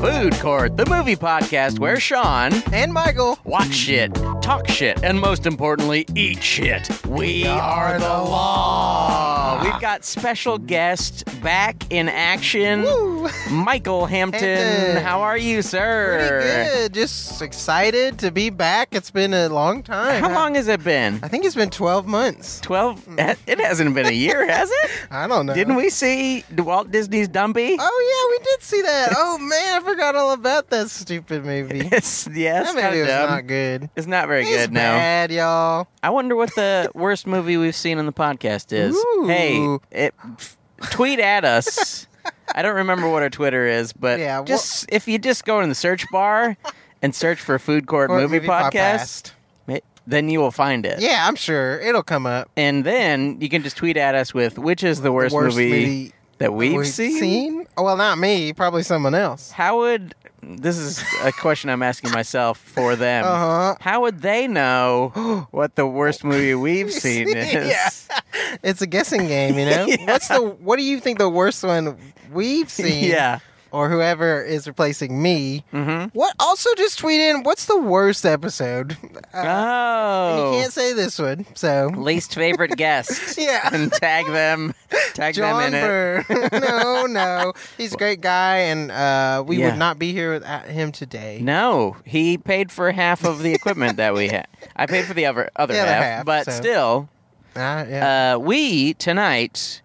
Food Court, the movie podcast where Sean And Michael. watch shit, talk shit, and most importantly, eat shit. We are the law. We've got special guest back in action, Woo! Michael Hampton. Hampton. How are you, Pretty sir? good. Just excited to be back. It's been a long time. How long has it been? I think it's been 12 months. 12? Mm. It hasn't been a year, has it? I don't know. Didn't we see Walt Disney's Dumby? Oh, yeah, we did see that. oh, man, I forgot all about that stupid movie. Yes, yes. that movie kinda was dumb. not good. It's not very it's good now. bad, y'all. I wonder what the worst movie we've seen on the podcast is. Ooh. Hey, it, tweet at us. I don't remember what our Twitter is, but Yeah, well- just if you just go in the search bar and search for Food Court Or Movie, Podcast, podcast. it- then you will find it. Yeah, I'm sure it'll come up. And then you can just tweet at us with which is the worst, the worst movie, movie, that we've, we've seen. seen? Oh, well, not me. Probably someone else. How would this is a question I'm asking myself for them. Uh-huh. How would they know what the worst movie we've seen is? Yeah. It's a guessing game, you know. Yeah. What's the? What do you think the worst one we've seen? Yeah. or whoever is replacing me. Mm-hmm. What? Also, just tweet in what's the worst episode. Uh, and Oh. You can't say this one, so Least favorite guest. yeah. And tag them. Tag John them in it. Burr. no, no, he's a great guy, and uh, we Yeah. would not be here without him today. No, he paid for half of the equipment that we had. I paid for the other other, The other half, half, but so. still, Uh, yeah. uh, we tonight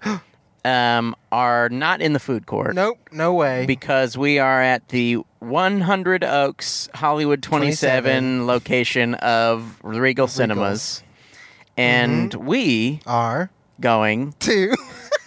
um, are not in the food court nope, no way. because we are at the 100 Oaks Hollywood 27, 27. location of Regal, Cinemas, and Mm-hmm. we R going two.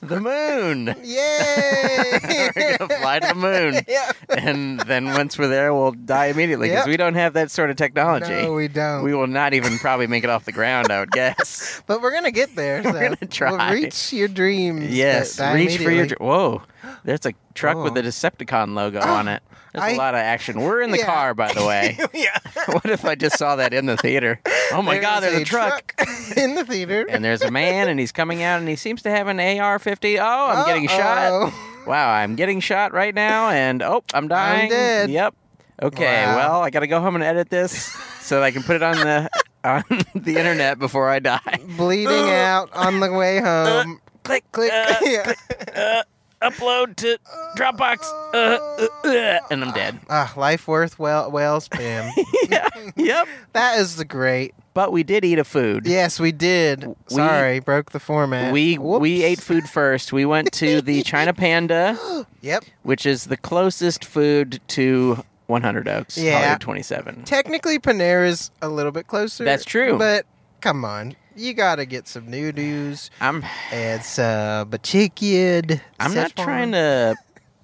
the moon. Yay! we're gonna fly to the moon. yeah. and then once we're there, we'll die immediately because Yep. we don't have that sort of technology. No, we don't. We will not even probably make it off the ground, I would guess. but we're gonna get there. So gonna try. We'll reach your dreams. yes, that- that reach for your. immediately. Dr- Whoa, there's a truck with Whoa. a Decepticon logo on it. There's a I- lot of action. We're in the Yeah. car, by the way. yeah. what if I just saw that in the theater? Oh my God, is there's a, truck. truck in the theater. And there's a man, and he's coming out, and he seems to have an AR-50. Oh, I'm getting shot. Uh-oh. Wow, I'm getting shot right now, and oh, I'm dying. dead. Yep. Okay. Wow. Well, I gotta go home and edit this so that I can put it on the on the internet before I die. Bleeding out on the way home. Click, Click. uh, yeah. upload to Dropbox, uh, uh, uh, and I'm dead. Ah, life worth well well spam. yeah. Yep. that is the great. But we did eat a food. Yes, we did. Sorry, broke the format. We we Whoops. ate food first. We went to the China Panda, Yep. which is the closest food to 100 Oaks, Yeah. Hollywood 27. Technically, Panera's a little bit closer. That's true. But come on, you gotta get some noodles I'm and some chicken. I'm not trying to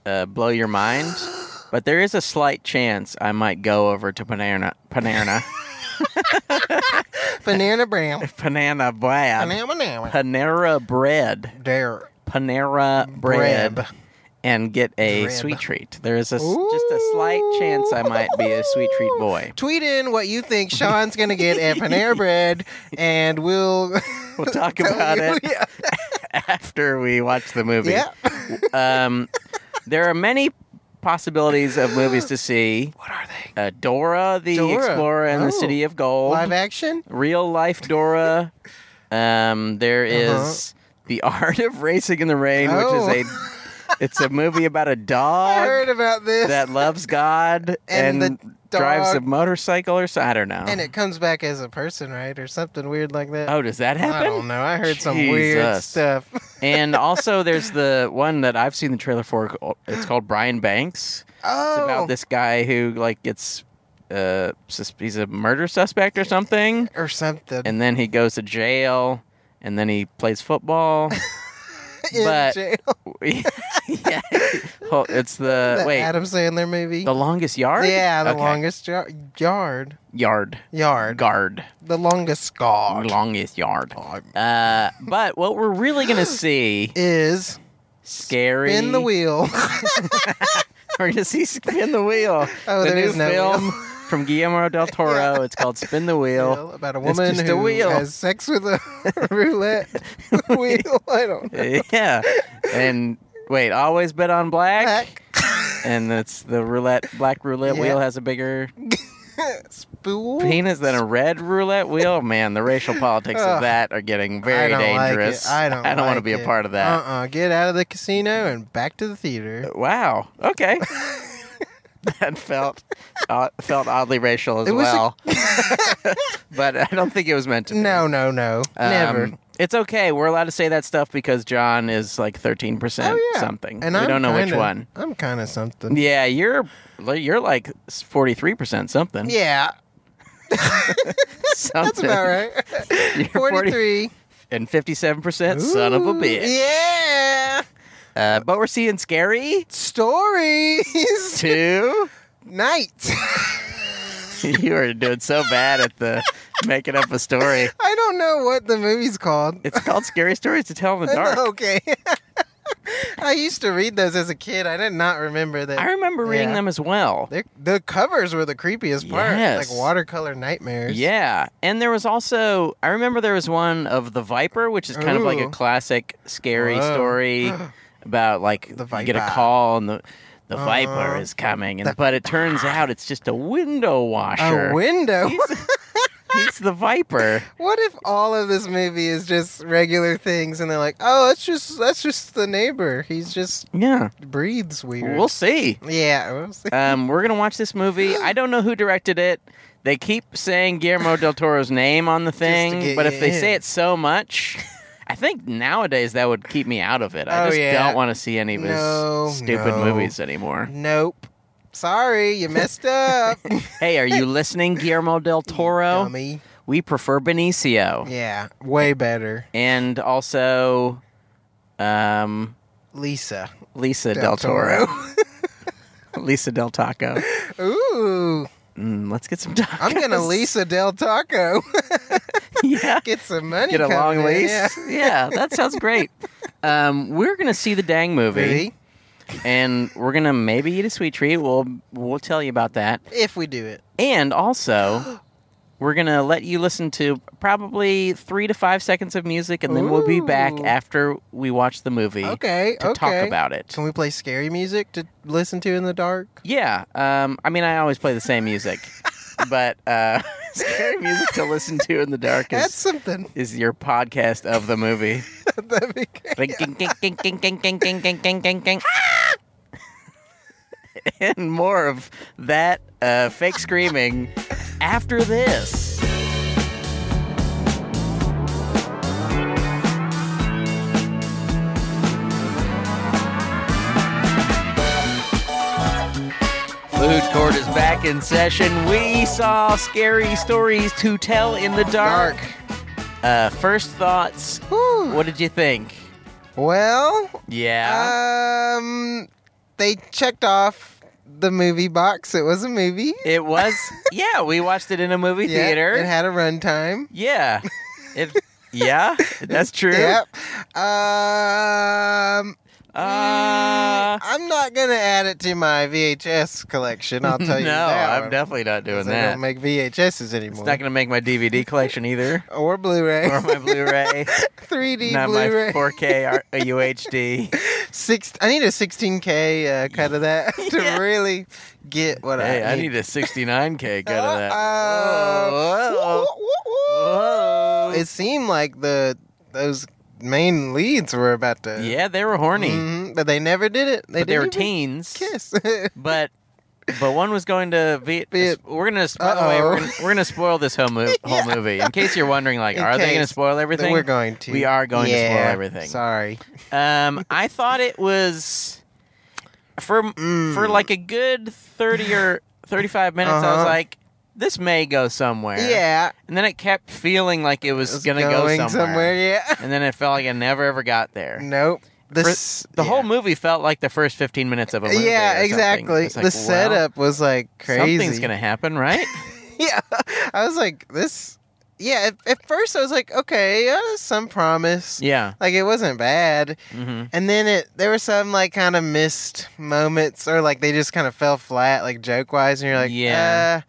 uh, blow your mind, but there is a slight chance I might go over to Panera, Panera, banana brown. Panana Bread, Banana banana. Panera Bread, Dare. Panera Bread, Breb. and get a Breb. sweet treat. There is a, s- just a slight chance I might be a sweet treat boy. Tweet in what you think Sean's gonna get at Panera Bread, and we'll We'll talk tell about you. it Yeah. after we watch the movie. Yeah. Um, there are many possibilities of movies to see. What are they? Uh, Dora the Dora. Explorer and the Oh. City of Gold. Live action? real life Dora. Um, there is Uh-huh. the art of racing in the rain, Oh. which is a it's a movie about a I dog heard about this. that loves God and, And the drives a dog- motorcycle or so. I don't know. and it comes back as a person, right, or something weird like that. oh, does that I don't happen? know. I heard some weird Jesus. stuff. and also, there's the one that I've seen the trailer for. It's called Brian Banks. Oh, It's about this guy who like gets uh sus- he's a murder suspect or something. or something. and then he goes to jail and then he plays football in but- jail. yeah Well, it's the, That wait Adam Sandler movie. the longest yard yeah, the Okay. longest jar- yard. yard Yard. guard The longest scar longest yard uh but what we're really gonna see is scary in the wheel. we're gonna see spin the wheel Oh, the there new is no film wheel. from Guillermo del Toro it's called spin the wheel Wheel about a It's woman just a who wheel. has sex with a roulette wheel. I don't know. yeah and wait always bet on black Heck. and that's the roulette black roulette Yeah. wheel has a bigger Spool. penis than a red roulette wheel. Man, the racial politics Ugh. of that are getting I very don't like it. dangerous. I don't. I don't want to like be it. a part of that. Uh-uh. Get out of the casino and back to the theater. Wow. Okay. that felt uh, felt oddly racial as It was a- well. but I don't think it was meant to. be. No, no, no. Um, Never. It's okay. We're allowed to say that stuff because John is like thirteen percent Oh, yeah. something. And we I'm don't know which kinda- one. I'm kind of something. Yeah, you're you're like forty three percent something. Yeah, something. that's about right. You're 40 Forty-three. and fifty seven percent son of a Ooh, bitch. Yeah. Uh, but we're seeing scary Stories. too. Night. you are doing so bad at the making up a story. I don't know what the movie's called. It's called Scary Stories to Tell in the Dark. Okay. I used to read those as a kid. I did not remember that. I remember reading Yeah. them as well. They're- the covers were the creepiest part. Yes. Like watercolor nightmares. Yeah, and there was also I remember there was one of the Viper, which is kind of like a Ooh. classic scary Whoa. story about like The you get a Viper. call and the the Viper Uh-huh. is coming, and The but it turns out it's just a window washer. A window. He's the Viper. what if all of this movie is just regular things, and they're like, "Oh, that's just that's just the neighbor. He's just Yeah, breathes weird." we'll see. yeah. We'll see. Um, we're gonna watch this movie. I don't know who directed it. They keep saying Guillermo del Toro's name on the thing, get but you if they say in. it so much, I think nowadays that would keep me out of it. I Oh, just yeah. don't want to see any of his No, stupid no. movies anymore. Nope. Sorry, you messed up, Hey, are you listening, Guillermo del Toro? dummy. We prefer Benicio, Yeah, way better, and also, um, Lisa Lisa del, Toro, Lisa del Taco. Ooh, Mm, let's get some tacos. I'm gonna Lisa Del Taco. yeah. Get some money. get a long coming in, lease. yeah. Yeah. that sounds great. Um, we're gonna see the dang movie, Maybe, and we're gonna maybe eat a sweet treat. We'll we'll tell you about that, if we do it. and also. We're gonna let you listen to probably three to five seconds of music, and then we'll be back Ooh. after we watch the movie Okay. to okay. talk about it. Can we play scary music to listen to in the dark? Yeah, um, I mean, I always play the same music, but uh, scary music to listen to in the dark That's is, something. is your podcast of the movie. That'd be great. Ring, ding, ding, ding, ding, ding, ding, ding, ding, ding, ding, ding. and more of that uh, fake screaming after this. Food court is back in session. We saw scary stories to tell in the dark. Uh, first thoughts. Whew. What did you think? Well, Yeah. Uh, um, they checked off the movie box. It was a movie. it was. Yeah, we watched it in a movie Yeah, theater. It had a runtime. yeah. It, yeah, that's true. Yep. Um, Uh, I'm not gonna add it to my VHS collection. I'll no, tell you that. I'm definitely not doing They that. don't make VHSs it's anymore. not going to make my DVD collection either, or Blu-ray, or my Blu-ray, 3D not Blu-ray. my 4K R- UHD. Six. I need a 16K uh, cut of that to Yeah. really get what hey, I, I need a 69K cut of that. Whoa, Uh-oh. whoa, whoa. It seemed like the those main leads were about to yeah, they were horny, Mhm, but they never did it. They but they were didn't even teens. Kiss. but but one was going to be. Be- we're gonna. By the way, Uh-oh. we're gonna, we're gonna spoil this whole, mo- whole Yeah. movie. In case you're wondering, like, In are they case. gonna spoil everything? We're going to. We are going to spoil Yeah, everything. Sorry. Um, I thought it was for Mm. for like a good thirty or thirty five minutes. I was Uh-huh. like, this may go somewhere. Yeah. And then it kept feeling like it was it's gonna going go somewhere. Yeah. And then it felt like it never ever got there. Nope. For- This the yeah. whole movie felt like the first fifteen minutes of a movie. or Yeah, something. exactly. It's like, the well, setup was like crazy. Something's gonna happen, right? yeah, I was like, this. Yeah, at, at first I was like, okay, yeah, there's some promise. yeah. Like it wasn't bad, Mm-hmm. and then it there were some like kind of missed moments, or like they just kind of fell flat, like joke wise, and you're like, Yeah. yeah,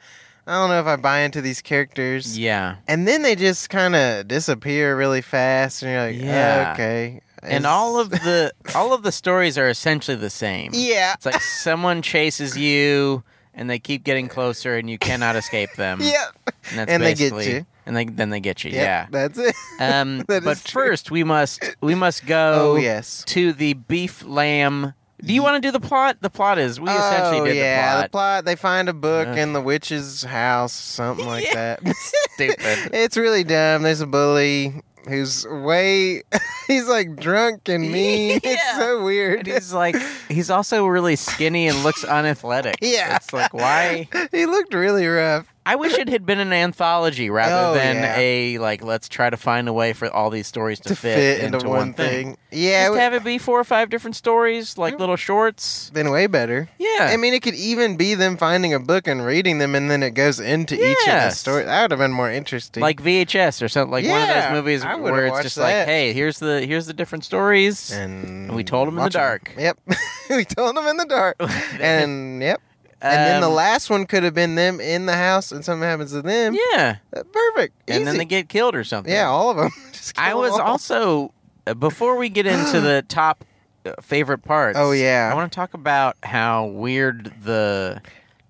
I don't know if I buy into these characters. Yeah. And then they just kind of disappear really fast, and you're like, Yeah. okay, and It's- all of the all of the stories are essentially the same. yeah, It's like someone chases you, and they keep getting closer, and you cannot escape them. yeah, and, that's And they get basically- you. and they then they get you. yeah. That's it. Yeah. Um, That but is true. first, we must we must go oh yes. to the beef lamb. Do you want to do the plot? The plot is we essentially oh, did yeah, the plot. They find a book Ugh. in the witch's house, something like Yeah. that. Stupid. It's really dumb. There's a bully who's way, he's like drunk and mean. It's Yeah. so weird. And he's like, he's also really skinny and looks unathletic. Yeah. It's like, why? he looked really rough. I wish it had been an anthology rather Oh, than yeah. a, like, let's try to find a way for all these stories to, to fit into, one, thing. thing. Yeah, it Just would have have it be four or five different stories, like little shorts. been way better. Yeah. I mean, it could even be them finding a book and reading them, and then it goes into each of the Yes. stories. That would have been more interesting. like VHS or something like one of those Yeah, movies I would've where it's watched just like, that. hey, here's the here's the different stories. and we told 'em in the watch 'em. dark. Yep, we told them in the dark. and yep, and then the Um, last one could have been them in the house, and something happens to them. yeah, Uh, perfect. and then Easy. they get killed or something. yeah, all of them. Just I kill 'em was all. also uh, before we get into the top uh, favorite parts. Oh, yeah. I want to talk about how weird the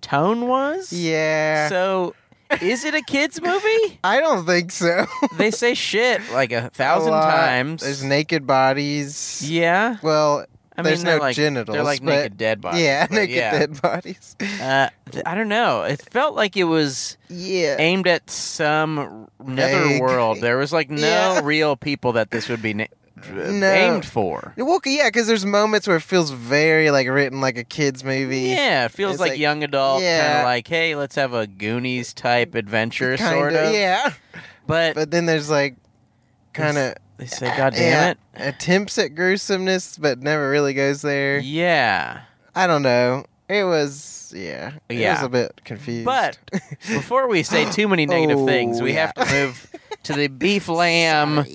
tone was. Yeah, So, is it a kids movie? I don't think so. they say shit like a A thousand lot. times. There's naked bodies. yeah. Well, I There's mean, no they're like, They're genitals, like but- naked dead bodies. yeah, but naked yeah. dead bodies. Uh, th- I don't know. It felt like it was Yeah. aimed at some nether Uh, Vague. world. There was like no Yeah. real people that this would be na- No. aimed for. Well, c- yeah, because there's moments where it feels very like written like a kids movie. Yeah, it feels It's like, like- young adult, kind yeah. of like, hey, let's have a Goonies type adventure, Kinda, sort of. Yeah, But, but then there's like kind of they say, God yeah, damn attempts at gruesomeness, but never really goes there. it. Yeah. I don't know. It was yeah, it Yeah. was a bit confused. But before we say too many negative Oh, things, we yeah. have to move to the beef lamb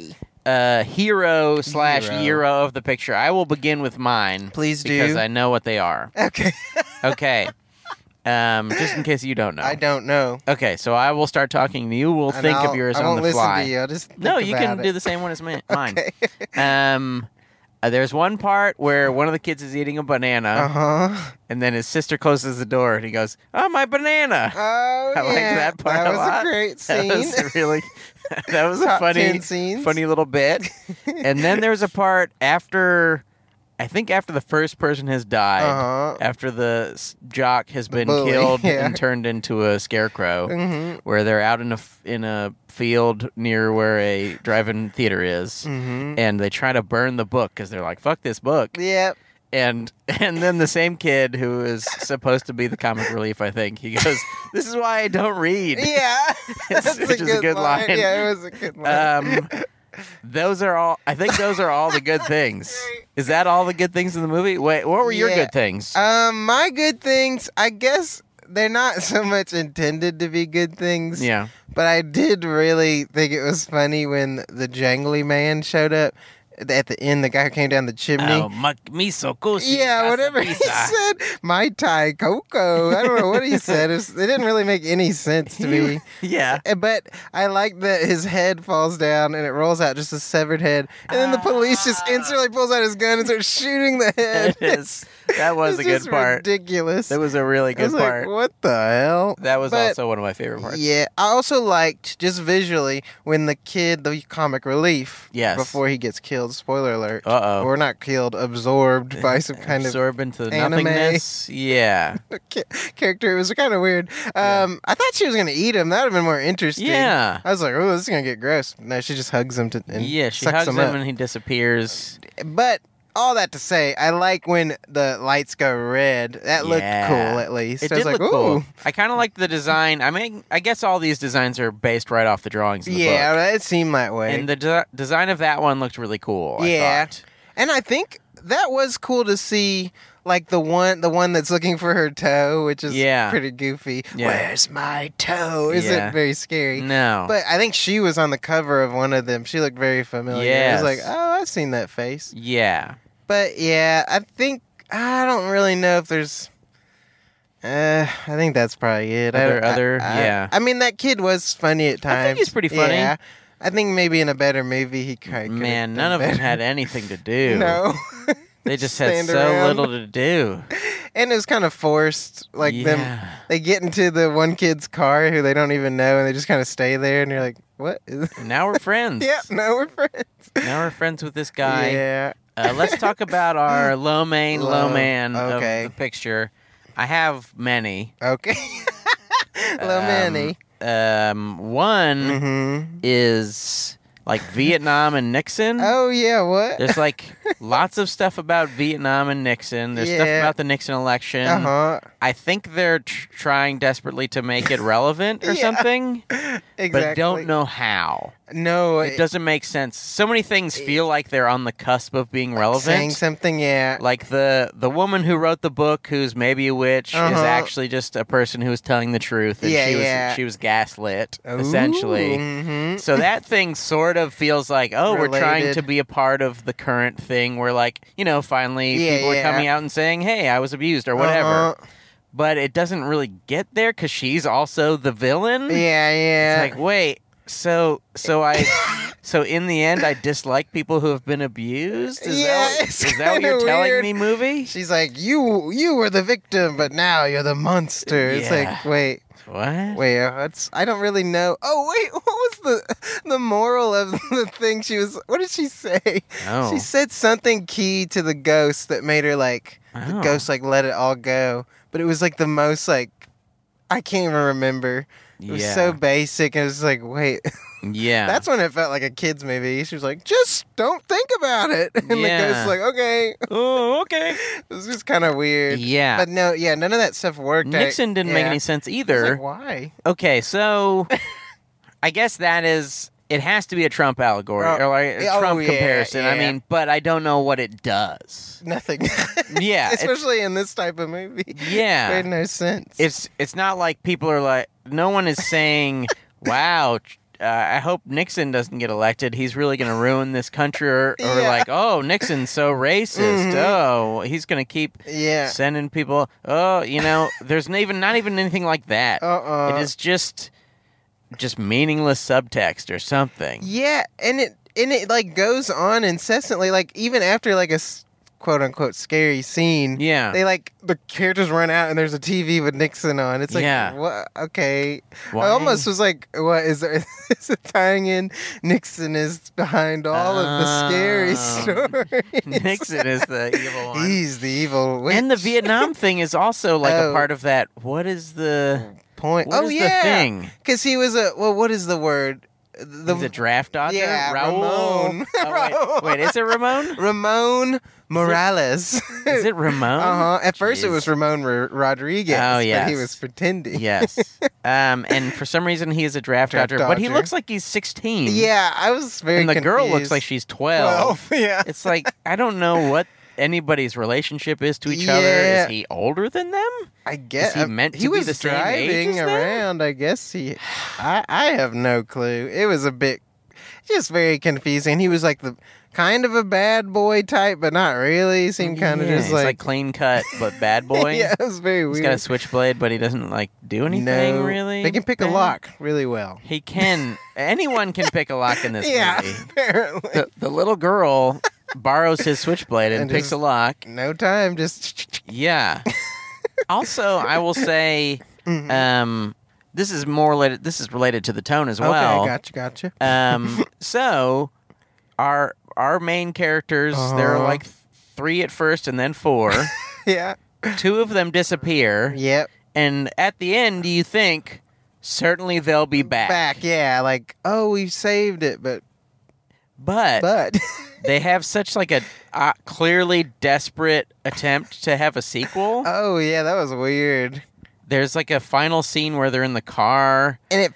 uh, hero slash Hero. hero of the picture. I will begin with mine please do. because I know what they are. okay, Okay. Um, just in case you don't know. I don't know. Okay, so I will start talking. You will And think I'll, of yours I on won't the listen fly. To you. I'll just No, think you about can it. do the same one as mi- mine. Okay. Um, uh, there's one part where one of the kids is eating a banana, Uh huh. and then his sister closes the door, and he goes, "Oh, my banana!" Oh, I yeah. liked that part That a was lot. a great scene. That was really, that was a Top funny, 10 scenes. funny little bit. and then there's a part after, I think after the first person has died, Uh huh. after the s- jock has been bully, killed yeah. and turned into a scarecrow. Mm where they're out in a f- in a field near where a drive-in theater is, hmm. Mm and they try to burn the book because they're like, "Fuck this book!" hmm. Yep. And and then the same kid who is supposed to be the comic relief, I think, he goes, "This is why I don't read." Yeah. That's Which is a good line. Yeah, it was a good line. Um, those are all. I think those are all the good things. Is that all the good things in the movie? Wait, what were your Yeah. good things? Um, my good things, I guess they're not so much intended to be good things. yeah, But I did really think it was funny when the jangly man showed up at the end. The guy who came down the chimney. Oh, miso Yeah, whatever he said. My Thai Coco. I don't know what he said. It, was- it didn't really make any sense to me. Yeah, Uh, But I like that his head falls down and it rolls out just a severed head. And then the police just Ah. instantly pulls out his gun and starts shooting the head. it is. That was It's a good just part. ridiculous. That was a really I good was like, part. what the hell? that was But- also one of my favorite parts. Yeah, I also liked just visually when the kid, the comic relief, Yes. before he gets killed. Spoiler alert, Uh oh. or not killed, absorbed by some kind of Absorb into the anime. nothingness. Yeah. ca- character. It was kind of weird. Um, I thought she was gonna eat him. That would have been more interesting. Yeah. I was like, oh, this is gonna get gross. No, she just hugs him to and yeah, she sucks hugs him, him, and he disappears. up. But all that to say, I like when the lights go red. That looked Yeah. cool, at least. It I was did like, look cool. ooh. I kind of like the design. I mean, I guess all these designs are based right off the drawings in the Yeah, book. it seemed that way. And the de- design of that one looked really cool. I Yeah. thought. And I think that was cool to see like the one the one that's looking for her toe, which is Yeah. pretty goofy. Yeah. Where's my toe? Isn't Yeah. very scary. No. But I think she was on the cover of one of them. She looked very familiar. Yes. I was like, oh, I've seen that face. yeah. But yeah, I think I don't really know if there's. Uh, I think that's probably it. I- Other- I, other- I- yeah. I mean, that kid was funny at I times. think he's pretty funny. Yeah. I think maybe in a better movie he could. Man, none of them had anything to do. No. They just had Stand so around. little to do. and it was kind of forced. Like them, Yeah. they get into the one kid's car who they don't even know, and they just kind of stay there, and you're like, what? Is Now we're friends. yeah, now we're friends. Now we're friends with this guy. Yeah. Uh, let's talk about our low main, low, Low, man okay. of the picture. I have many. Okay. Low Um, Manny. Um, one Mm-hmm. is like Vietnam and Nixon. Oh yeah, what? There's like lots of stuff about Vietnam and Nixon. There's stuff Yeah. about the Nixon election. Uh huh. I think they're tr- trying desperately to make it relevant or Yeah. something, Exactly. but don't know how. No, It doesn't make sense. So many things feel like they're on the cusp of being Saying relevant. something, yeah. Like the the woman who wrote the book, who's maybe a witch, is Uh-huh. actually just a person who was telling the truth, and Yeah, she was yeah. she was gaslit essentially. hmm So that thing sort of feels like, oh, we're trying Related. to be a part of the current thing where, like, you know, finally Yeah, people are yeah. coming out and saying, hey, I was abused or whatever. Uh-huh. But it doesn't really get there because she's also the villain. Yeah, yeah. Hmm. It's like, wait, so, so I. So in the end, I dislike people who have been abused. Is Yeah, that what, it's is that what kinda you're telling weird. me, movie? She's like, you you were the victim, but now you're the monster. It's like, Yeah. wait, What? wait, uh, it's, I don't really know. Oh wait, what was the the moral of the thing she was? What did she say? Oh. She said something key to the ghost that made her like the Oh. ghost like let it all go, but it was like the most like I can't even remember. It was yeah. so basic. and It was like, wait, yeah. that's when it felt like a kids movie. She was like, just don't think about it, and Yeah. the ghost's like, okay, oh, okay. it was just kind of weird. Yeah. But no, yeah, none of that stuff worked. I- Nixon didn't make yeah. any sense I was either. like, why? Okay, so I guess that is it has to be a Trump allegory Oh, or like a oh, Trump yeah, comparison. I yeah. mean, but I don't know what it does. Nothing. Yeah, it's- Especially in this type of movie. yeah. Made no sense. It's it's not like people are like no one is saying, "Wow, uh, I hope Nixon doesn't get elected. He's really going to ruin this country." Or, or Yeah. like, "Oh, Nixon's so racist. Mhm. Oh, he's going to keep yeah. sending people." Oh, you know, there's not even not even anything like that. Uh uh it is just just meaningless subtext or something. Yeah, and it and it like goes on incessantly. Like even after like a quote unquote scary scene, Yeah. they like the characters run out and there's a TV with Nixon on. It's like Yeah. what? Okay, Why? I almost was like, what is there? Is it tying in Nixon is behind all of the scary Oh. stories? Nixon is the evil one. He's the evil witch. And the Vietnam thing is also like a Oh. part of that. What is the point. what oh is yeah, the thing? because he was a well. What is the word? The, The He's a draft dodger. yeah, Raul. Ramon. Oh, wait, wait, is it Ramon? Ramon Morales. Is it Ramon? Uh huh. At first, it Jeez. was Ramon R- Rodriguez. Oh, but yes. he was pretending. Yes. Um, and for some reason he is a draft, Draft dodger, but he dodger. looks like he's sixteen. Yeah, I was very. And the girl looks confused. like she's twelve. twelve. Yeah. It's like I don't know what anybody's relationship is to each other. Yeah. Is he older than them? I guess uh, he meant to he be was the same age driving as them? around. I guess he. I I have no clue. It was a bit, just very confusing. He was like the kind of a bad boy type, but not really. Seemed kind of Yeah, just he's like, clean cut but bad boy. yeah, it was very He's weird. got a switchblade, but he doesn't like do anything no, really. They can pick bad. a lock really well. He can. Anyone can pick a lock in this yeah, movie. apparently. The, the little girl borrows his switchblade and, And picks just- a lock. no time, just. Yeah. also, I will say, Mhm. um, this is more related. This is related to the tone as Okay, well. gotcha, gotcha. Um, so our our main characters, there are Uh-huh. like th- three at first, and then four. Yeah. Two of them disappear. Yep. and at the end you think certainly they'll be back, Back, yeah. Like, oh, we saved it, but But, but they have such like a uh, clearly desperate attempt to have a sequel oh yeah, that was weird. there's like a final scene where they're in the car And it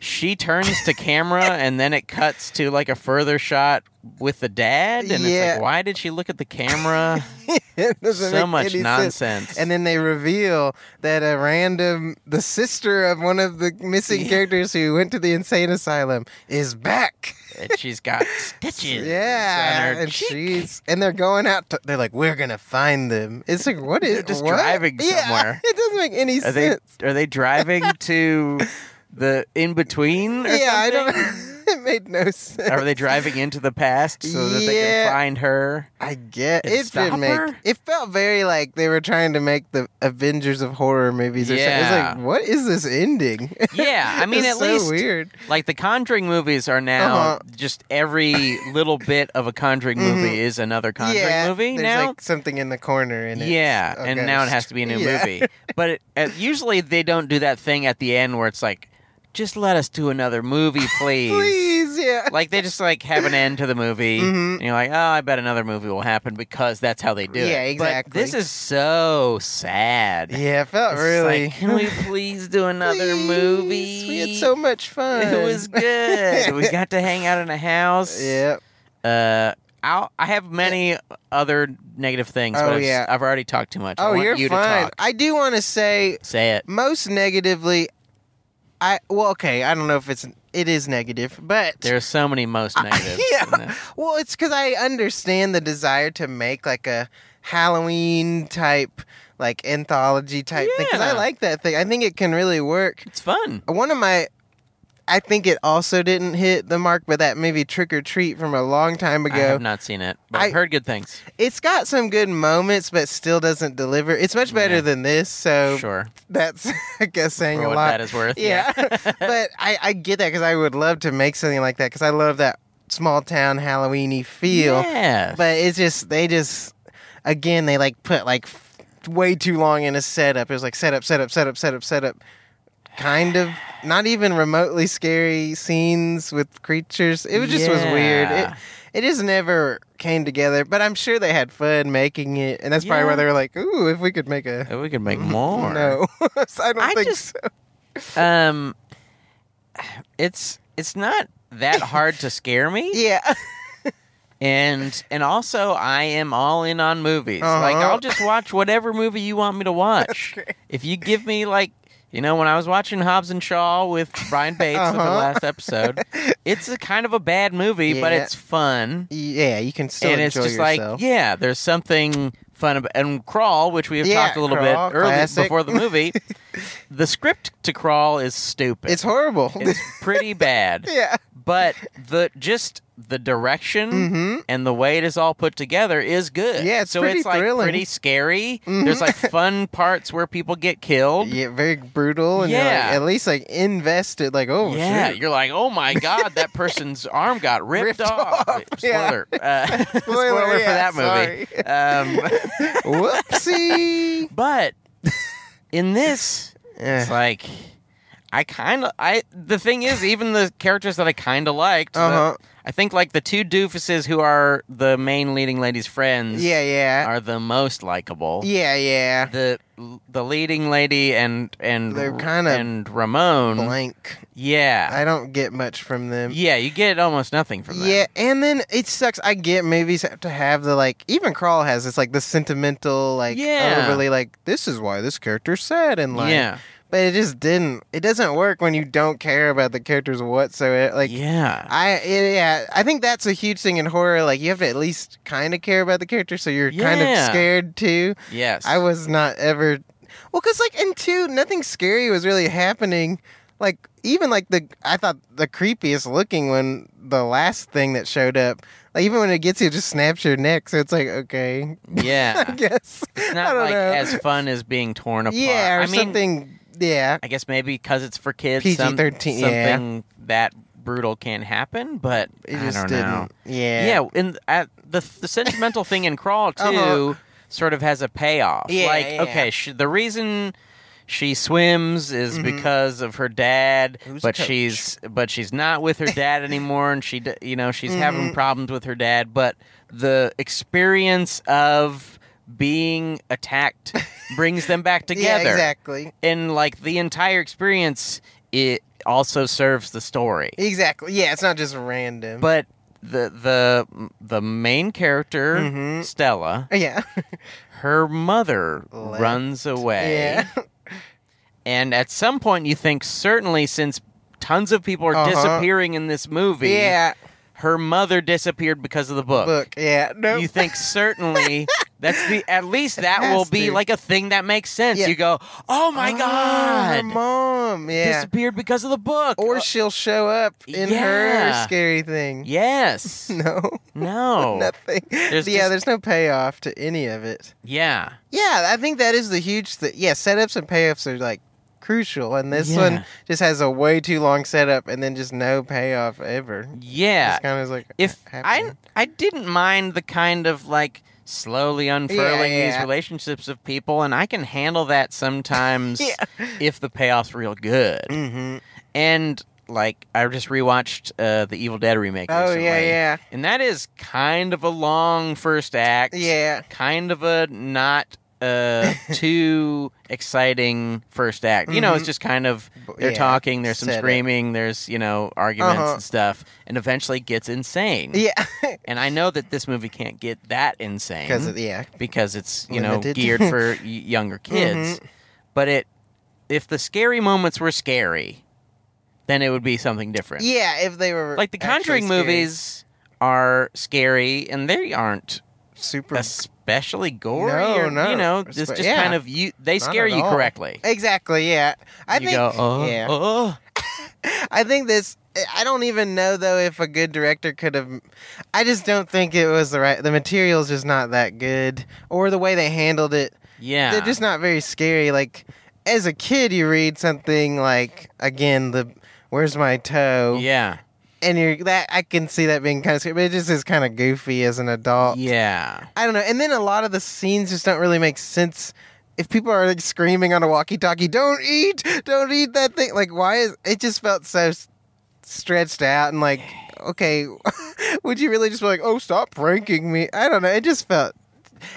she turns to camera and then it cuts to like a further shot with the dad and it's Yeah. like why did she look at the camera it doesn't so make much any sense. nonsense And then they reveal that a random the sister of one of the missing Yeah. characters who went to the insane asylum is back. And she's got stitches on yeah, her and cheek. she's and they're going out. To, they're like, we're gonna find them. It's like, what is They're just what? driving Yeah, somewhere. it doesn't make any are sense. they are they driving to the in between or yeah, I something? don't. it made no sense. Are they driving into the past so that they can Yeah. find her? I get Did it it. stop Did make her? it felt very like they were trying to make the Avengers of horror movies. Or Yeah. something. It's like, what is this ending? Yeah, I mean, It's at so least weird. like the Conjuring movies are now Uh-huh. Mm-hmm. just every little bit of a Conjuring movie is another Conjuring yeah, movie there's now. like something in the corner in it. yeah, A and now it ghost. has to be a new Yeah. movie. But it, uh, usually they don't do that thing at the end where it's like, just let us do another movie, please. Please, yeah. Like they just like have an end to the movie, Mhm. and you're like, oh, I bet another movie will happen because that's how they do it. Yeah, But this exactly. is so sad. Yeah, it felt It's really. like, can we please do another Please, movie? We had so much fun. It was good. we got to hang out in a house. Yep. Uh, I'll, I have many other negative things, Oh, but I've, yeah. I've already talked too much. I Oh, want you're you fine. to talk. I do want to say Say it. most negatively. I well, okay. I don't know if it's it is negative, but There's so many most negatives. in yeah. it. Well, it's because I understand the desire to make like a Halloween type, like anthology type thing. Because Yeah. I like that thing. I think it can really work. It's fun. One of my, I think it also didn't hit the mark, but that movie Trick or Treat from a long time I ago. have not seen it, but I, have I- heard good things. it's got some good moments, but still doesn't deliver. It's much better Yeah. than this, so sure. that's I guess saying For Oh, a what lot. that is worth. yeah, but I, I get that because I would love to make something like that because I love that small town Halloweeny feel. Yeah. But it's just they just again they like put like f- way too long in a setup. It was like setup, setup, setup, setup, setup. Kind of not even remotely scary scenes with creatures. It was just was weird. It, Yeah. it just never came together. But I'm sure they had fun making it, and that's probably Yeah. why they were like, "Ooh, if we could make a." Oh, we could make more. No, So I don't I think just- so. Um, it's it's not that hard to scare me. Yeah. and and also I am all in on movies. Like Uh-huh. I'll just watch whatever movie you want me to watch. great. If you give me like you know, when I was watching Hobbs and Shaw with Brian Bates with the Uh-huh. last episode, it's a kind of a bad movie, but Yeah. it's fun. Yeah, you can still and enjoy it's just yourself. like, yeah, there's something fun about and Crawl, which we have Yeah, talked a little Crawl, bit earlier classic. before the movie. the script to Crawl is stupid. it's horrible. it's pretty bad yeah. but the just the direction Mhm. and the way it is all put together is good. Yeah, it's so pretty it's like thrilling. pretty scary. Mhm. There's like fun parts where people get killed. Yeah, very brutal. And you're like, Oh, Yeah. at least like invested. Like, oh, Yeah, shit. you're like, oh my god, that person's arm got ripped, Ripped off. off, yeah. Spoiler, uh, spoiler, for yeah, that movie. Um, Whoopsie. but in this, it's Yeah. like. I kind of I the thing is even the characters that I kind of liked the- Uh-huh. I think like the two doofuses who are the main leading lady's friends Yeah, yeah. are the most likable. Yeah, yeah. The the leading lady and and They're kinda and Ramon. Blank. Yeah, I don't get much from them. Mm-hmm. yeah, you get almost nothing from that. Yeah, and then it sucks. I get movies have to have the like, even Crawl has this like the sentimental, like Yeah. overly like this is why this character's sad and like, yeah, but it just didn't. It doesn't work when you don't care about the characters whatsoever. Like, yeah, I yeah, I think that's a huge thing in horror. Like, you have to at least kind of care about the character, so you're kind of Yeah. scared too. yes. I was not ever. Well, because like in two, nothing scary was really happening. Like even like the I thought the creepiest looking one, the last thing that showed up. Like even when it gets you, it just snaps your neck. So it's like okay, I yeah, guess it's I not don't like know. as fun as being torn apart. yeah, or I mean, something. Yeah, I guess maybe because it's for kids, some- PG-13, yeah. something that brutal can happen. But it I just don't didn't. know. Yeah, Yeah, and uh, the the sentimental thing in Crawl too Uh-huh. sort of has a payoff. Yeah, like yeah. okay, sh the reason she swims is Mhm. because of her dad, Who's but coach? she's but she's not with her dad anymore, and she d- you know she's having Mhm. problems with her dad. But the experience of being attacked brings them back together, Yeah, exactly. and like the entire experience, it also serves the story Exactly. Yeah, it's not just random. but the the the main character Mhm. Stella, yeah, her mother Left. runs away, yeah, and at some point you think certainly since tons of people are Uh-huh. disappearing in this movie, yeah. her mother disappeared because of the book. Book. Yeah. No. You think certainly That's the at least that has will be to. like a thing that makes sense. Yeah. You go, oh my Ah, her god, mom. Yeah. disappeared because of the book. Or Uh, she'll show up in yeah. her scary thing. yes, No. no, Nothing. There's yeah, just- Oh. there's no payoff to any of it. yeah, Yeah, I think that is the huge thing. Yeah, setups and payoffs are like crucial, and this Yeah. one just has a way too long setup and then just no payoff ever. yeah. It's kind of like If I happening. I didn't mind the kind of like slowly unfurling these yeah. relationships of people, and I can handle that sometimes Yeah. if the payoff's real good. Mhm. And like I just rewatched uh, the Evil Dead remake. Oh recently, yeah, yeah, and that is kind of a long first act. yeah. kind of a not uh too exciting first act. You know, it's Mhm. just kind of B- they're yeah. talking, there's some Set up. screaming, there's, you know, arguments Uh-huh. and stuff, and eventually gets insane. Yeah, And I know that this movie can't get that insane because yeah, because it's, you Limited. Mm-hmm. know, geared for y- younger kids. But it if the scary moments were scary, then it would be something different. yeah. If they were Like the actually Conjuring scary. movies are scary and they aren't super especially gory No, or, no. you know it's Espe- just yeah. kind of you they Not scare at you all. correctly exactly. Yeah, I you think go oh, yeah. oh. I think this. I don't even know though if a good director could have. I just don't think it was the right. The material's just not that good, or the way they handled it. yeah They're just not very scary. Like as a kid, you read something like again the "Where's my toe," yeah and you're that. I can see that being kind of scary, but it just is kind of goofy as an adult. yeah I don't know. And then a lot of the scenes just don't really make sense. If people are like screaming on a walkie-talkie, "Don't eat! Don't eat that thing!" Like, why is it just felt so s- stretched out and like, okay, would you really just be like, "Oh, stop pranking me"? I don't know. It just felt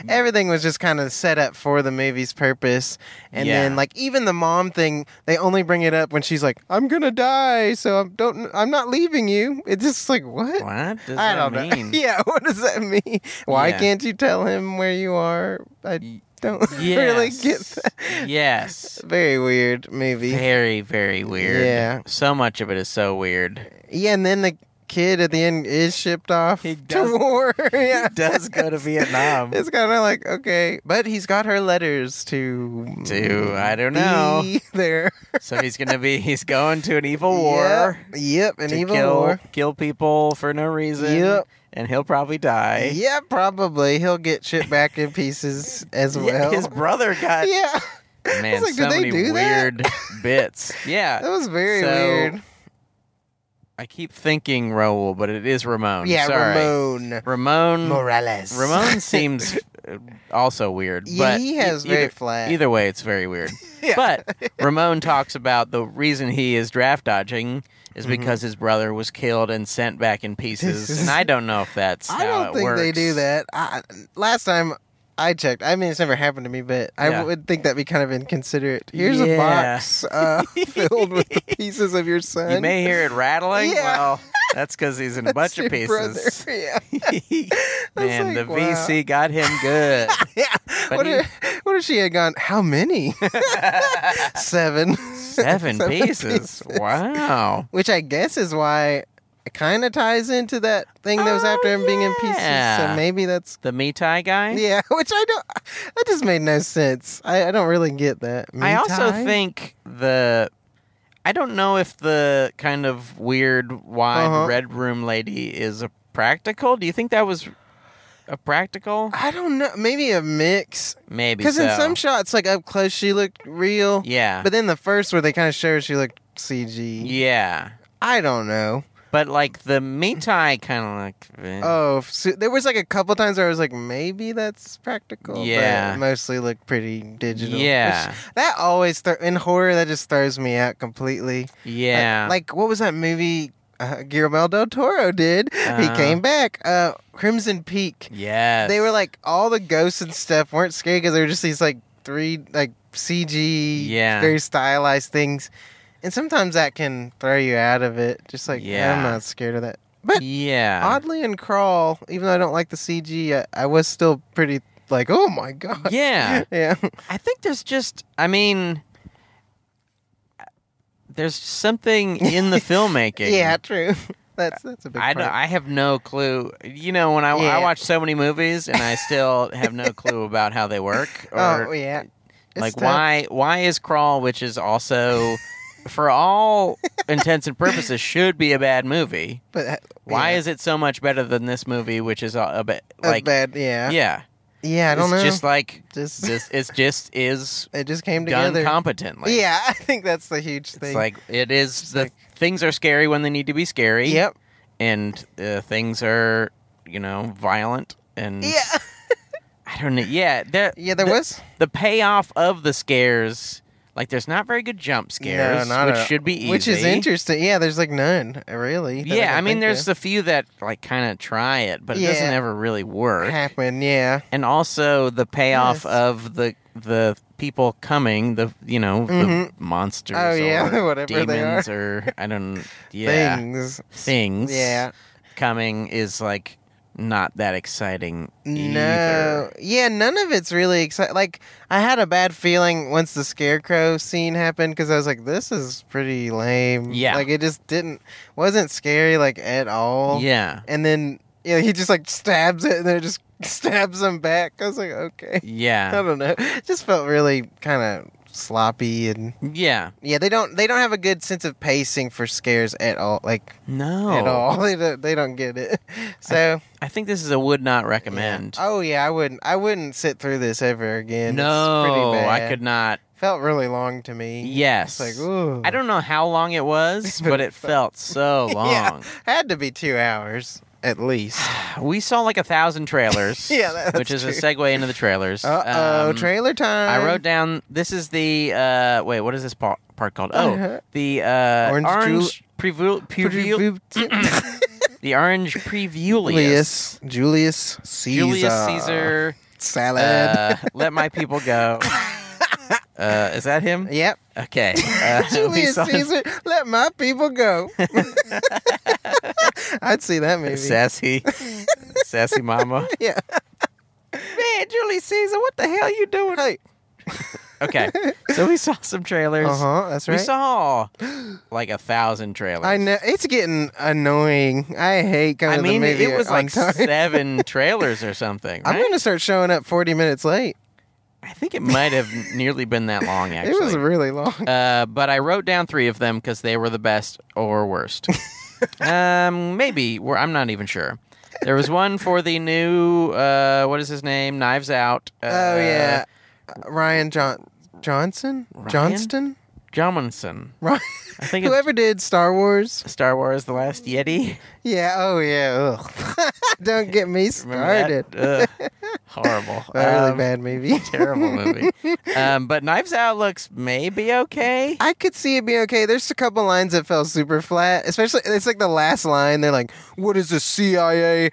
everything was just kind of set up for the movie's purpose. And Yeah. then like even the mom thing, they only bring it up when she's like, "I'm gonna die, so I'm don't I'm not leaving you." It's just like what? what does I that don't know. mean yeah, what does that mean? Why Yeah. can't you tell him where you are? I Y- don't really get Yes. that. yes Very weird movie. very very weird Yeah. so much of it is so weird Yeah, and then the kid at the end is shipped off He to does- war. yeah. does go to vietnam It's kind of like okay, but he's got her letters to To, I don't know. be there. so he's gonna be he's going to an evil war Yep, yep an to evil kill war. kill people for no reason Yep. and he'll probably die Yeah, probably he'll get shipped back in pieces as Yeah, well. his brother got yeah, Man, like, so "Did they many do that?" weird bits. that Yeah, was very So, weird. I keep thinking Raul, but it is Ramon. Yeah, Sorry. Ramon Ramon. Morales. Ramon seems uh, also weird, yeah, but he e- has either, very flat. either way, it's very weird. Yeah. But Ramon talks about the reason he is draft dodging is Mm-hmm. because his brother was killed and sent back in pieces, and I don't know if that's I how don't it think they works. do that. I, last time I checked, I mean it's never happened to me, but I Yeah. would think that'd be kind of inconsiderate. Here's Yeah. a box uh, filled with the pieces of your son. You may hear it rattling. Yeah. Well, that's because he's in a That's bunch of your brother. pieces. Yeah, Man, the like, wow. VC got him good. yeah. But What, he- if, what if she had gone? How many? Seven. Seven, pieces. pieces. Wow. Which I guess is why it kind of ties into that thing that was Oh, after him being in pieces. yeah. So maybe that's The me tie guy? Yeah, which I don't. That just made no sense. I, I don't really get that. Me I also time? think the I don't know if the kind of weird wide Uh-huh. red room lady is a practical. Do you think that was a practical? I don't know. Maybe a mix. Maybe Because in so. some shots, like up close, she looked real. Yeah. But then the first where they kind of show her, she looked CG. yeah. I don't know. But like the me tie kind of like eh. Oh, f- so there was like a couple times where I was like, maybe that's practical. Yeah. But it mostly looked pretty digital. which- Yeah. that always, thro- in horror, that just throws me out completely. Like- yeah. uh, Like, what was that movie uh, Guillermo del Toro did? he Uh. came back. Uh, Crimson Peak. yes. They were like all the ghosts and stuff weren't scary because they were just these like three like CG, Yeah. very stylized things, and sometimes that can throw you out of it. Just like Yeah. I'm not scared of that. But Yeah. oddly in Crawl, even though I don't like the CG, I, I was still pretty like, oh my god. Yeah. yeah, I think there's just, I mean, there's something in the filmmaking yeah, true. That's that's a big. I, part. don't, I have no clue. You know, when I, Yeah. I watch so many movies and I still have no clue about how they work or oh yeah. It's like tough. why why is Crawl, which is also for all intents and purposes should be a bad movie. But uh, Why yeah, is it so much better than this movie, which is a, a bit a like bad? Yeah. yeah? Yeah. I don't it's know. Just like Just- this, it's just is it just came done together. competently. yeah, I think that's the huge it's thing. like it is the like- things are scary when they need to be scary. yep. and uh, things are you know violent and Yeah. I don't know. Yeah, there Yeah. There the- was. the payoff of the scares. Like there's not very good jump scares, no, not which at all. should be easy. Which is interesting. Yeah. There's like none uh, really. that Yeah, can I mean, think there's of. a few that like kind of try it, but it doesn't Yeah. ever really work. happen. Yeah. And also the payoff Yes. of the the people coming, the you know the Mhm. monsters. Oh, yeah, or whatever they are. demons or I don't. Yeah, Things. things. Yeah. coming is like not that exciting. No. either. Yeah, none of it's really exciting. Like, I had a bad feeling once the scarecrow scene happened because I was like, this is pretty lame. Yeah. Like, it just didn't, wasn't scary, like, at all. Yeah. And then, yeah, he just, like, stabs it and then it just stabs him back. I was like, okay. I Yeah. don't know. It just felt really kind of sloppy and Yeah. yeah they don't they don't have a good sense of pacing for scares at all like No. at all they don't, they don't get it so I think this is a would not Yeah. recommend. Oh yeah, I wouldn't. I wouldn't sit through this ever again. no, it's pretty bad. I could not. Felt really long to me. Yes. It's like ooh. I don't know how long it was, But but it felt so long. Had to be two hours at least. We saw like a thousand trailers. Yeah, that- which is that's a segue into the trailers. Uh oh, Um, trailer time. I wrote down. This is the uh, wait. What is this par- part called? Oh, Uh-huh. the uh, Orange orange preview, preview, the orange prevulius. Julius. Julius Caesar. Julius Caesar. Salad. Uh, let my people go. Uh, is that him? yep. Okay. Uh, we Julius saw him- Caesar. Let my people go. I'd see that movie. Sassy, sassy mama. Yeah. Man, Julius Caesar, what the hell you doing? Hey. Okay, so we saw some trailers. Uh huh. That's We right. saw like a thousand trailers. I know it's getting annoying. I hate coming I to mean, the movie it was on like time. seven trailers or something. I'm right? gonna start showing up 40 minutes late. I think it might have nearly been that long, actually. It was really long. Uh, but I wrote down three of them because they were the best or worst. um, maybe we I'm not even sure. There was one for the new uh, what is his name? Knives Out. Uh, oh yeah, Ryan John Johnson Ryan? Johnston Johnson. Ryan. I think it's Whoever did Star Wars. Star Wars: The Last Yeti. Yeah. Oh yeah. Ugh. Don't get me Remember started. that? Ugh, horrible. A really Um, bad movie. Terrible movie. um, but Knives Out looks maybe okay. I could see it being okay. There's a couple lines that fell super flat. Especially, it's like the last line. They're like, "What is the CIA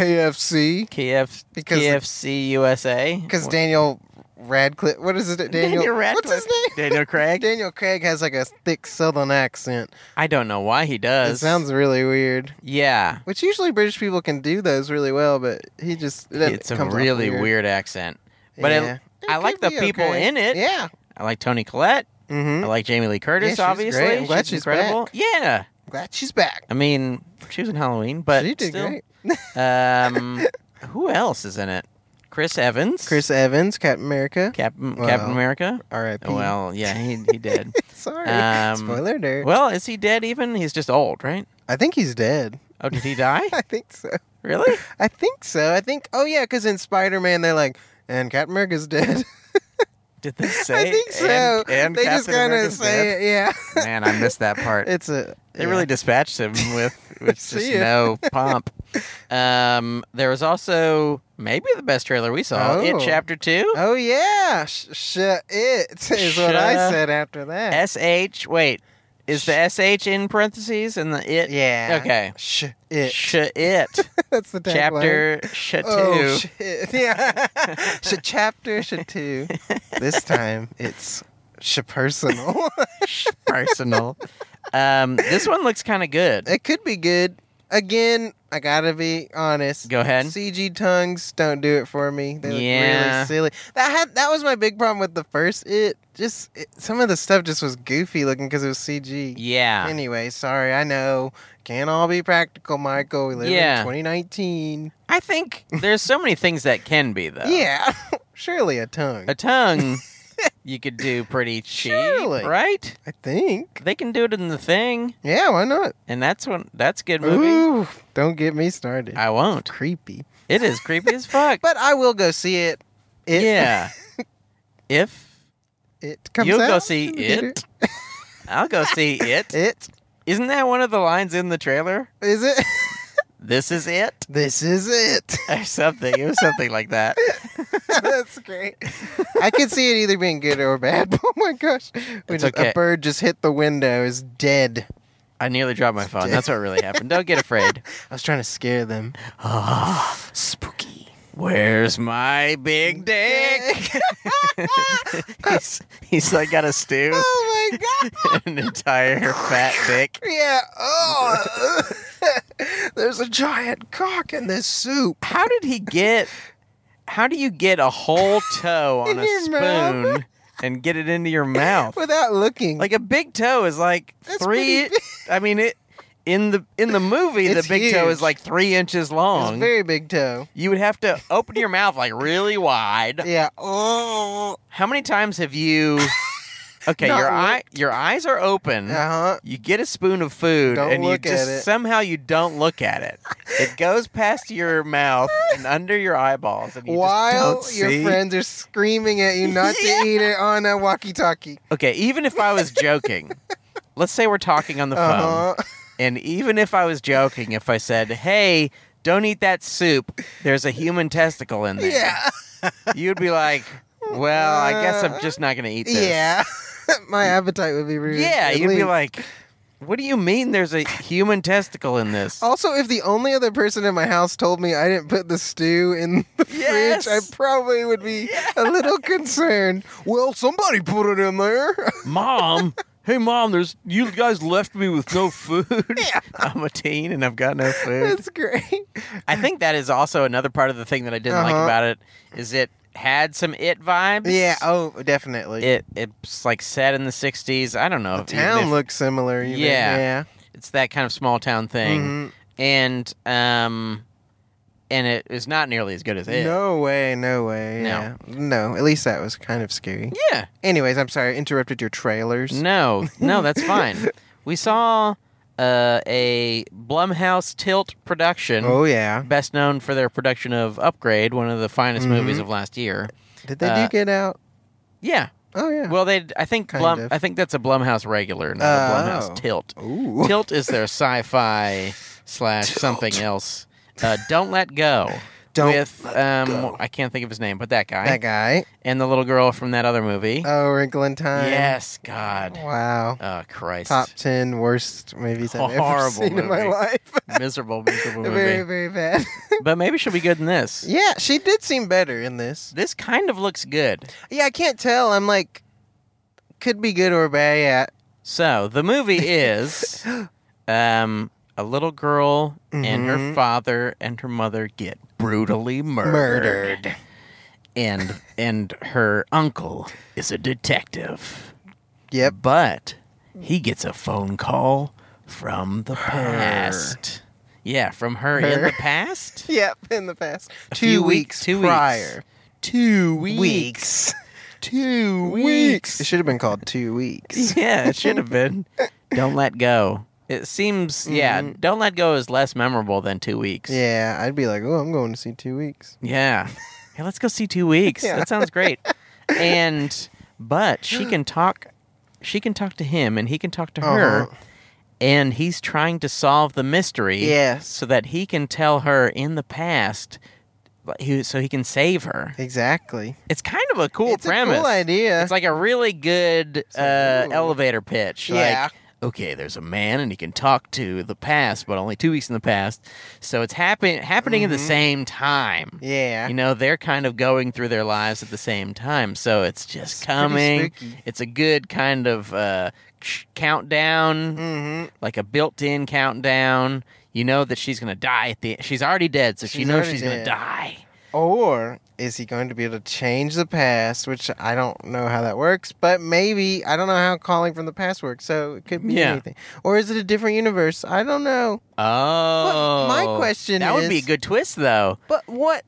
KFC?" KF, Because- KFC USA. Because Wh- Daniel Radcliffe. What is it? Daniel. What's his Radcliffe. name? Daniel Craig. Daniel Craig has like a thick Southern accent. I don't know why he It does. sounds really weird. Yeah. Which usually British people can do those really well, but he just it it's a really weird. accent. But it- I like the people in it. Yeah. I like Tony Collette. Mm-hmm. I like Jamie Lee Curtis. she's great. obviously, I'm glad she's incredible. Yeah, Glad she's back. I mean, she was in Halloween, but she did still. great. Um, who else is in it? Chris Evans, Chris Evans, Captain America. Captain Well. Captain America. R.I.P. Oh, Well, yeah, he he did. Sorry. um, Spoiler alert. well, is he dead? Even he's just old, right? I think he's dead. Oh, did he die? I think so. Really? I think so. I think. Oh yeah, because in Spider-Man they're like, and Captain America's dead. Did they say? I think so. And, and they Captain just kind of America's say dead? it. Yeah. Man, I missed that part. It's a. They yeah. really dispatched him with, with just See ya. no pomp. Um, there was also maybe the best trailer we saw, It Oh. Chapter 2. Oh yeah, sh- sh- it is what I Shuh. said after that. SH, wait, is the SH in parentheses and the it? yeah. Okay. Sh- it. Sh- it. That's the tagline. chapter sh- 2. Oh shit. Yeah. sh- chapter sh- two. This time it's sh- personal. Sh- Personal. Um, this one looks kind of good. it could be good. again, I gotta be honest. Go ahead. CG tongues don't do it for me. They look Yeah. really silly. That had that was my big problem with the first. It just it, some of the stuff just was goofy looking because it was CG. Yeah. Anyway, sorry. I know can't all be practical, Michael. We live Yeah. in 2019. I think there's so many things that can be though. Yeah, surely a tongue. A tongue you could do pretty cheap, Surely. right? I think. They can do it in the thing, Yeah, why not? and that's one that's a good movie. Ooh, don't get me started. I won't. Creepy. It is creepy as fuck. But I will go see it. it yeah. if It comes you'll out. go see in the theater. it, I'll go see it. It Isn't that one of the lines in the trailer? is it. This is it, this is it. or something. It was something like that. That's great. I could see it either being good or bad. Oh my gosh. We It's just- okay. A bird just hit the window, is dead. I nearly dropped my phone. That's what really happened. Don't get afraid. I was trying to scare them. Ah, Spooky. where's my big dick? he's, he's like got a stew oh my god. and an entire fat dick. Yeah. Oh. There's a giant cock in this soup. How did he get? How do you get a whole toe on In a your spoon mouth. and get it into your mouth? Without looking. Like a big toe is like That's three. pretty big. I mean it. In the in the movie, It's the big toe huge. is like three inches it's a long. very big toe. you would have to open your mouth like really wide. Yeah. Oh. How many times have you? Okay, Not your eye your eyes are open. Uh-huh. You get a spoon of food Don't and you look at just it. somehow you don't look at it. It goes past your mouth and under your eyeballs, and you While just don't your see. friends are screaming at you not Yeah. to eat it on a walkie-talkie. Okay, even if I was joking, let's say we're talking on the phone. Uh-huh. And even if I was joking, if I said, "Hey, don't eat that soup. There's a human testicle in there," Yeah. you'd be like, "Well, I guess I'm just not gonna eat this." Yeah. My appetite would be ruined. yeah. at You'd be least. like, "What do you mean? There's a human testicle in this?" Also, if the only other person in my house told me I didn't put the stew in the Yes. fridge, I probably would be a little concerned. Well, somebody put it in there. Mom. Hey mom, there's you guys left me with no food. Yeah. I'm a teen and I've got no food. That's great. I think that is also another part of the thing that I didn't like Uh-huh. about it is it had some it vibes. Yeah. Oh, definitely. it it's like set in the 60s i don't know the if- even town if looks similar. even- Yeah. Yeah. it's that kind of small town thing Mhm. and um and it is not nearly as good as it No way. No way. No. Yeah. No. At least that was kind of scary. yeah Anyways, I'm sorry. I interrupted your trailers. no no that's fine we saw uh, a blumhouse tilt production Oh yeah. best known for their production of upgrade one of the finest Mhm. movies of last year Did they Uh, do get out? yeah Oh yeah. well they i think Kind Blum, of. i think that's a blumhouse regular not a Oh. blumhouse tilt Ooh. tilt is their sci-fi slash something else uh, don't let go Don't with um go. I can't think of his name, but that guy that guy. and the little girl from that other movie. Oh, Wrinkle in Time. yes, God, Wow. oh Christ, Top ten worst movies I've ever Horrible seen in my movie. life. miserable, miserable movie. very, very bad. But maybe she'll be good in this. yeah, she did seem better in this. This kind of looks good. Yeah, I can't tell. I'm like, could be good or bad. So the movie is, um, a little girl and her Mhm. father and her mother get brutally murdered. Murdered. and and her uncle is a detective. Yep. But he gets a phone call from the past. Yeah, from her, in Her. the past. Yep. In the past two few week- weeks two weeks. prior. Two Two It should have been called two weeks. Yeah, it should have been. Don't let go. It seems. Yeah, Mhm. don't let go is less memorable than two weeks. yeah, I'd be like, oh, I'm going to see two weeks. Yeah. Hey, let's go see two weeks. Yeah. That sounds great. And but she can talk. She can talk to him, and he can talk to her. Uh-huh. And he's trying to solve the mystery. Yes. so that he can tell her in the past like, he, so he can save her Exactly. it's kind of a cool it's premise a cool idea. it's like a really good uh, like, ooh. elevator pitch Yeah. like okay there's a man and he can talk to the past but only two weeks in the past so it's happen- happening at the Mhm. same time yeah. you know they're kind of going through their lives at the same time so it's just It's pretty coming spooky. it's a good kind of uh, countdown Mm-hmm. like a built-in countdown. You know that she's gonna die at the. She's already dead, so she She's knows already she's gonna dead. die. Or is he going to be able to change the past, which I don't know how that works, but maybe I don't know how calling from the past works, so it could be Yeah. anything. Or is it a different universe? I don't know. Oh, my question that would be a is- good twist, though. But what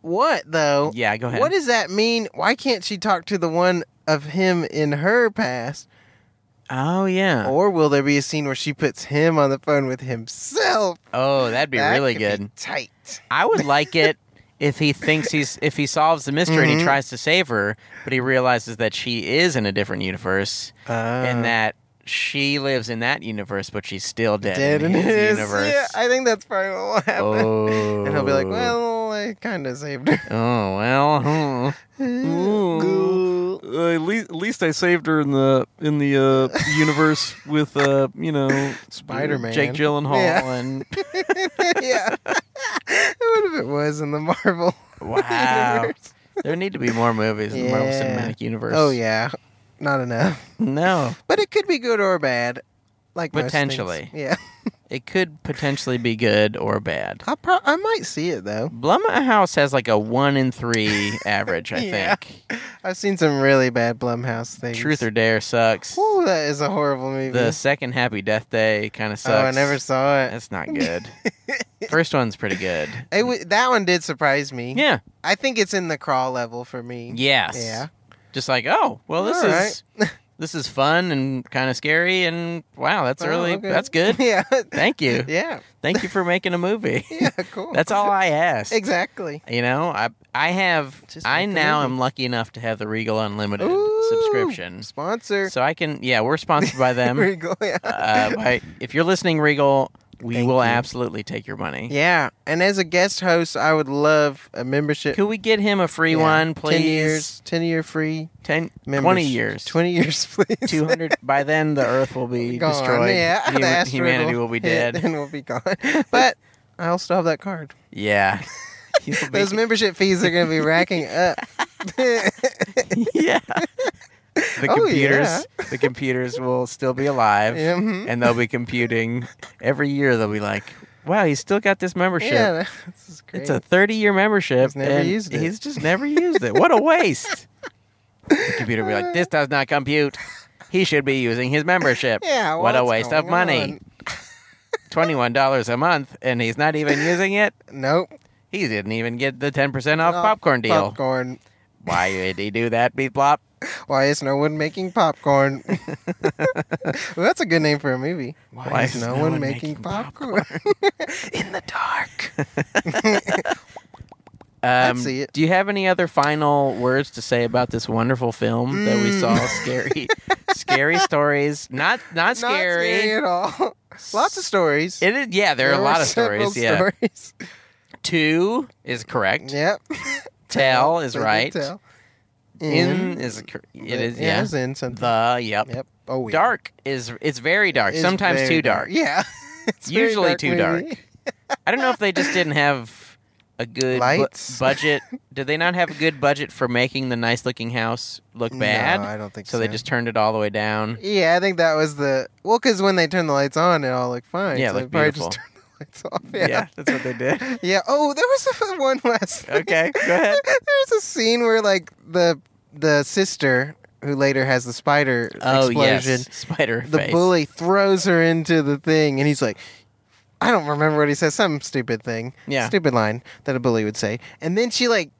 what though? Yeah, go ahead. What does that mean? Why can't she talk to the one of him in her past? oh yeah. Or will there be a scene where she puts him on the phone with himself? oh, that'd be That really could good. tight. I would like it if he thinks he's if he solves the mystery and he Mhm. tries to save her, but he realizes that she is in a different universe Ah, Uh-huh. and that she lives in that universe, but she's still dead, dead in his, his- universe. Yeah, I think that's probably what will happen. oh. And he'll be like, "Well, I kind of saved her." oh well, hmm. Ooh. Ghoul. Uh, at, least, at least I saved her in the in the uh, universe with uh, you know Spider-Man. Jake Gyllenhaal, Yeah. and yeah. what if it was in the Marvel wow. universe? there need to be more movies in the Marvel Yeah. Cinematic Universe. Oh yeah, not enough. no, But it could be good or bad, like most things. Potentially. Yeah, it could potentially be good or bad. I pro- I might see it though. Blumhouse has like a one in three average, I Yeah. think. I've seen some really bad Blumhouse things. Truth or Dare sucks. Ooh, that is a horrible movie. The second Happy Death Day kind of oh, sucks. I never saw it. That's not good. First one's pretty good. It w- that one did surprise me. Yeah. I think it's in the crawl level for me. Yes. Yeah. Just like, oh, well, this All is this is fun and kind of scary, and wow, that's Oh, really okay. that's good. yeah. Thank you, Yeah. thank you for making a movie. Yeah. Cool. That's all I ask. Exactly. You know, I I have Just I make the now movie. am lucky enough to have the Regal Unlimited Ooh, subscription, Sponsor. so I can yeah, we're sponsored by them. Regal, yeah. uh, by, if you're listening, Regal, we Thank will you. absolutely take your money. yeah. And as a guest host, I would love a membership. Could we get him a free Yeah. one, please? 10 years. 10 year free. 10 Members. 20 years. 20 years, please. 200. By then, the Earth will be Gone. destroyed. Yeah. Hum- the asteroid humanity will be hit dead. And we'll be gone. But I'll still have that card. Yeah. He'll be- Those membership fees are going to be racking up. Mm-hmm. yeah. The Oh, computers, the computers will still be alive, Mhm. and they'll be computing every year. They'll be like, "Wow, he's still got this membership. Yeah. This is great. it's a thirty-year membership. He's never and used it." He's just never used it. What a waste!" The computer will be like, "This does not compute. He should be using his membership. yeah. what a what's waste of going money. on? Twenty-one dollars a month, and he's not even using it. Nope. He didn't even get the ten percent off Off popcorn deal. Popcorn. Why did he do that, Beat Blop? Why is no one making popcorn? well, that's a good name for a movie. Why, is, no, one, making, popcorn? In the dark. Um, see it. Do you have any other final words to say about this wonderful film that we saw? Scary, scary stories. Not not Mm. Not scary. scary at all. Lots of stories. It is. Yeah, there, are a were lot of several stories. Yeah, stories. two is correct. Yep. Tell is They did right. tell. In is cor- it is Yeah, yeah. it's in something. The yep. yep. Oh, yeah. Dark is it's very dark. It's Sometimes very too dark. Yeah. It's very Usually too movie. I don't know if they just didn't have a good bu- Lights? budget. Did they not have a good budget for making the nice looking house look bad? No, I don't think so so. they just turned it all the way down. Yeah, I think that was the well, because when they turned the lights on, it all looked fine. Yeah, it so they looked probably beautiful. just turned the lights off. Yeah, Yeah, that's what they did. yeah. Oh, there was one last. thing. Okay, go ahead. There's a scene where like the the sister who later has the spider Oh explosion. yes, spider The face. bully throws her into the thing, and he's like, I don't remember what he says. Some stupid thing. Yeah. Stupid line that a bully would say. And then she like.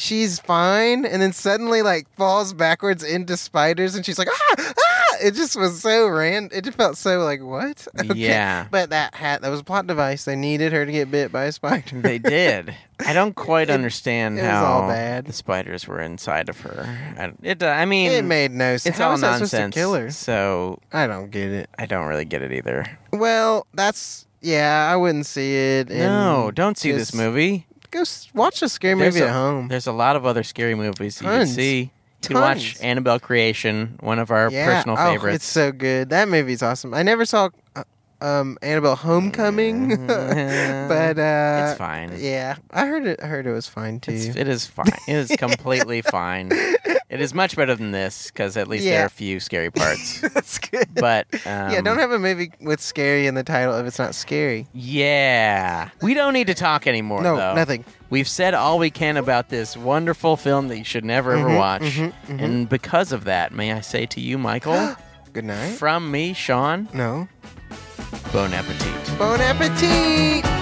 She's fine, and then suddenly like falls backwards into spiders, and she's like, ah, ah! It just was so random. It just felt so like what? Yeah. But that hat that was a plot device. They needed her to get bit by a spider. They did. I don't quite It- understand it was how all bad. the spiders were inside of her. I, it, I mean, it made no sense. it's How all was that supposed to nonsense. kill her? So I don't get it. I don't really get it either. Well, that's yeah. I wouldn't see it. And no, don't see this just- movie. go s- watch a scary There's movie a- at home. There's a lot of other scary movies you can Tons. see. You can watch Tons. Annabelle Creation, one of our yeah. personal oh, It's favorites. so good. That movie's awesome. I never saw uh, um, Annabelle Homecoming, but uh, it's fine. Yeah, I heard it. I heard it was fine too. It's, it is fine. It is completely fine. It is much better than this because at least Yeah. there are a few scary parts. That's good. but yeah, um, don't have a movie with scary in the title if it's not scary. Yeah, we don't need to talk anymore. no, though. nothing. We've said all we can about this wonderful film that you should never ever Mhm, watch, mhm, mhm. and because of that, may I say to you, Michael, Good night. from me, Sean, No. bon appetit. Bon appetit.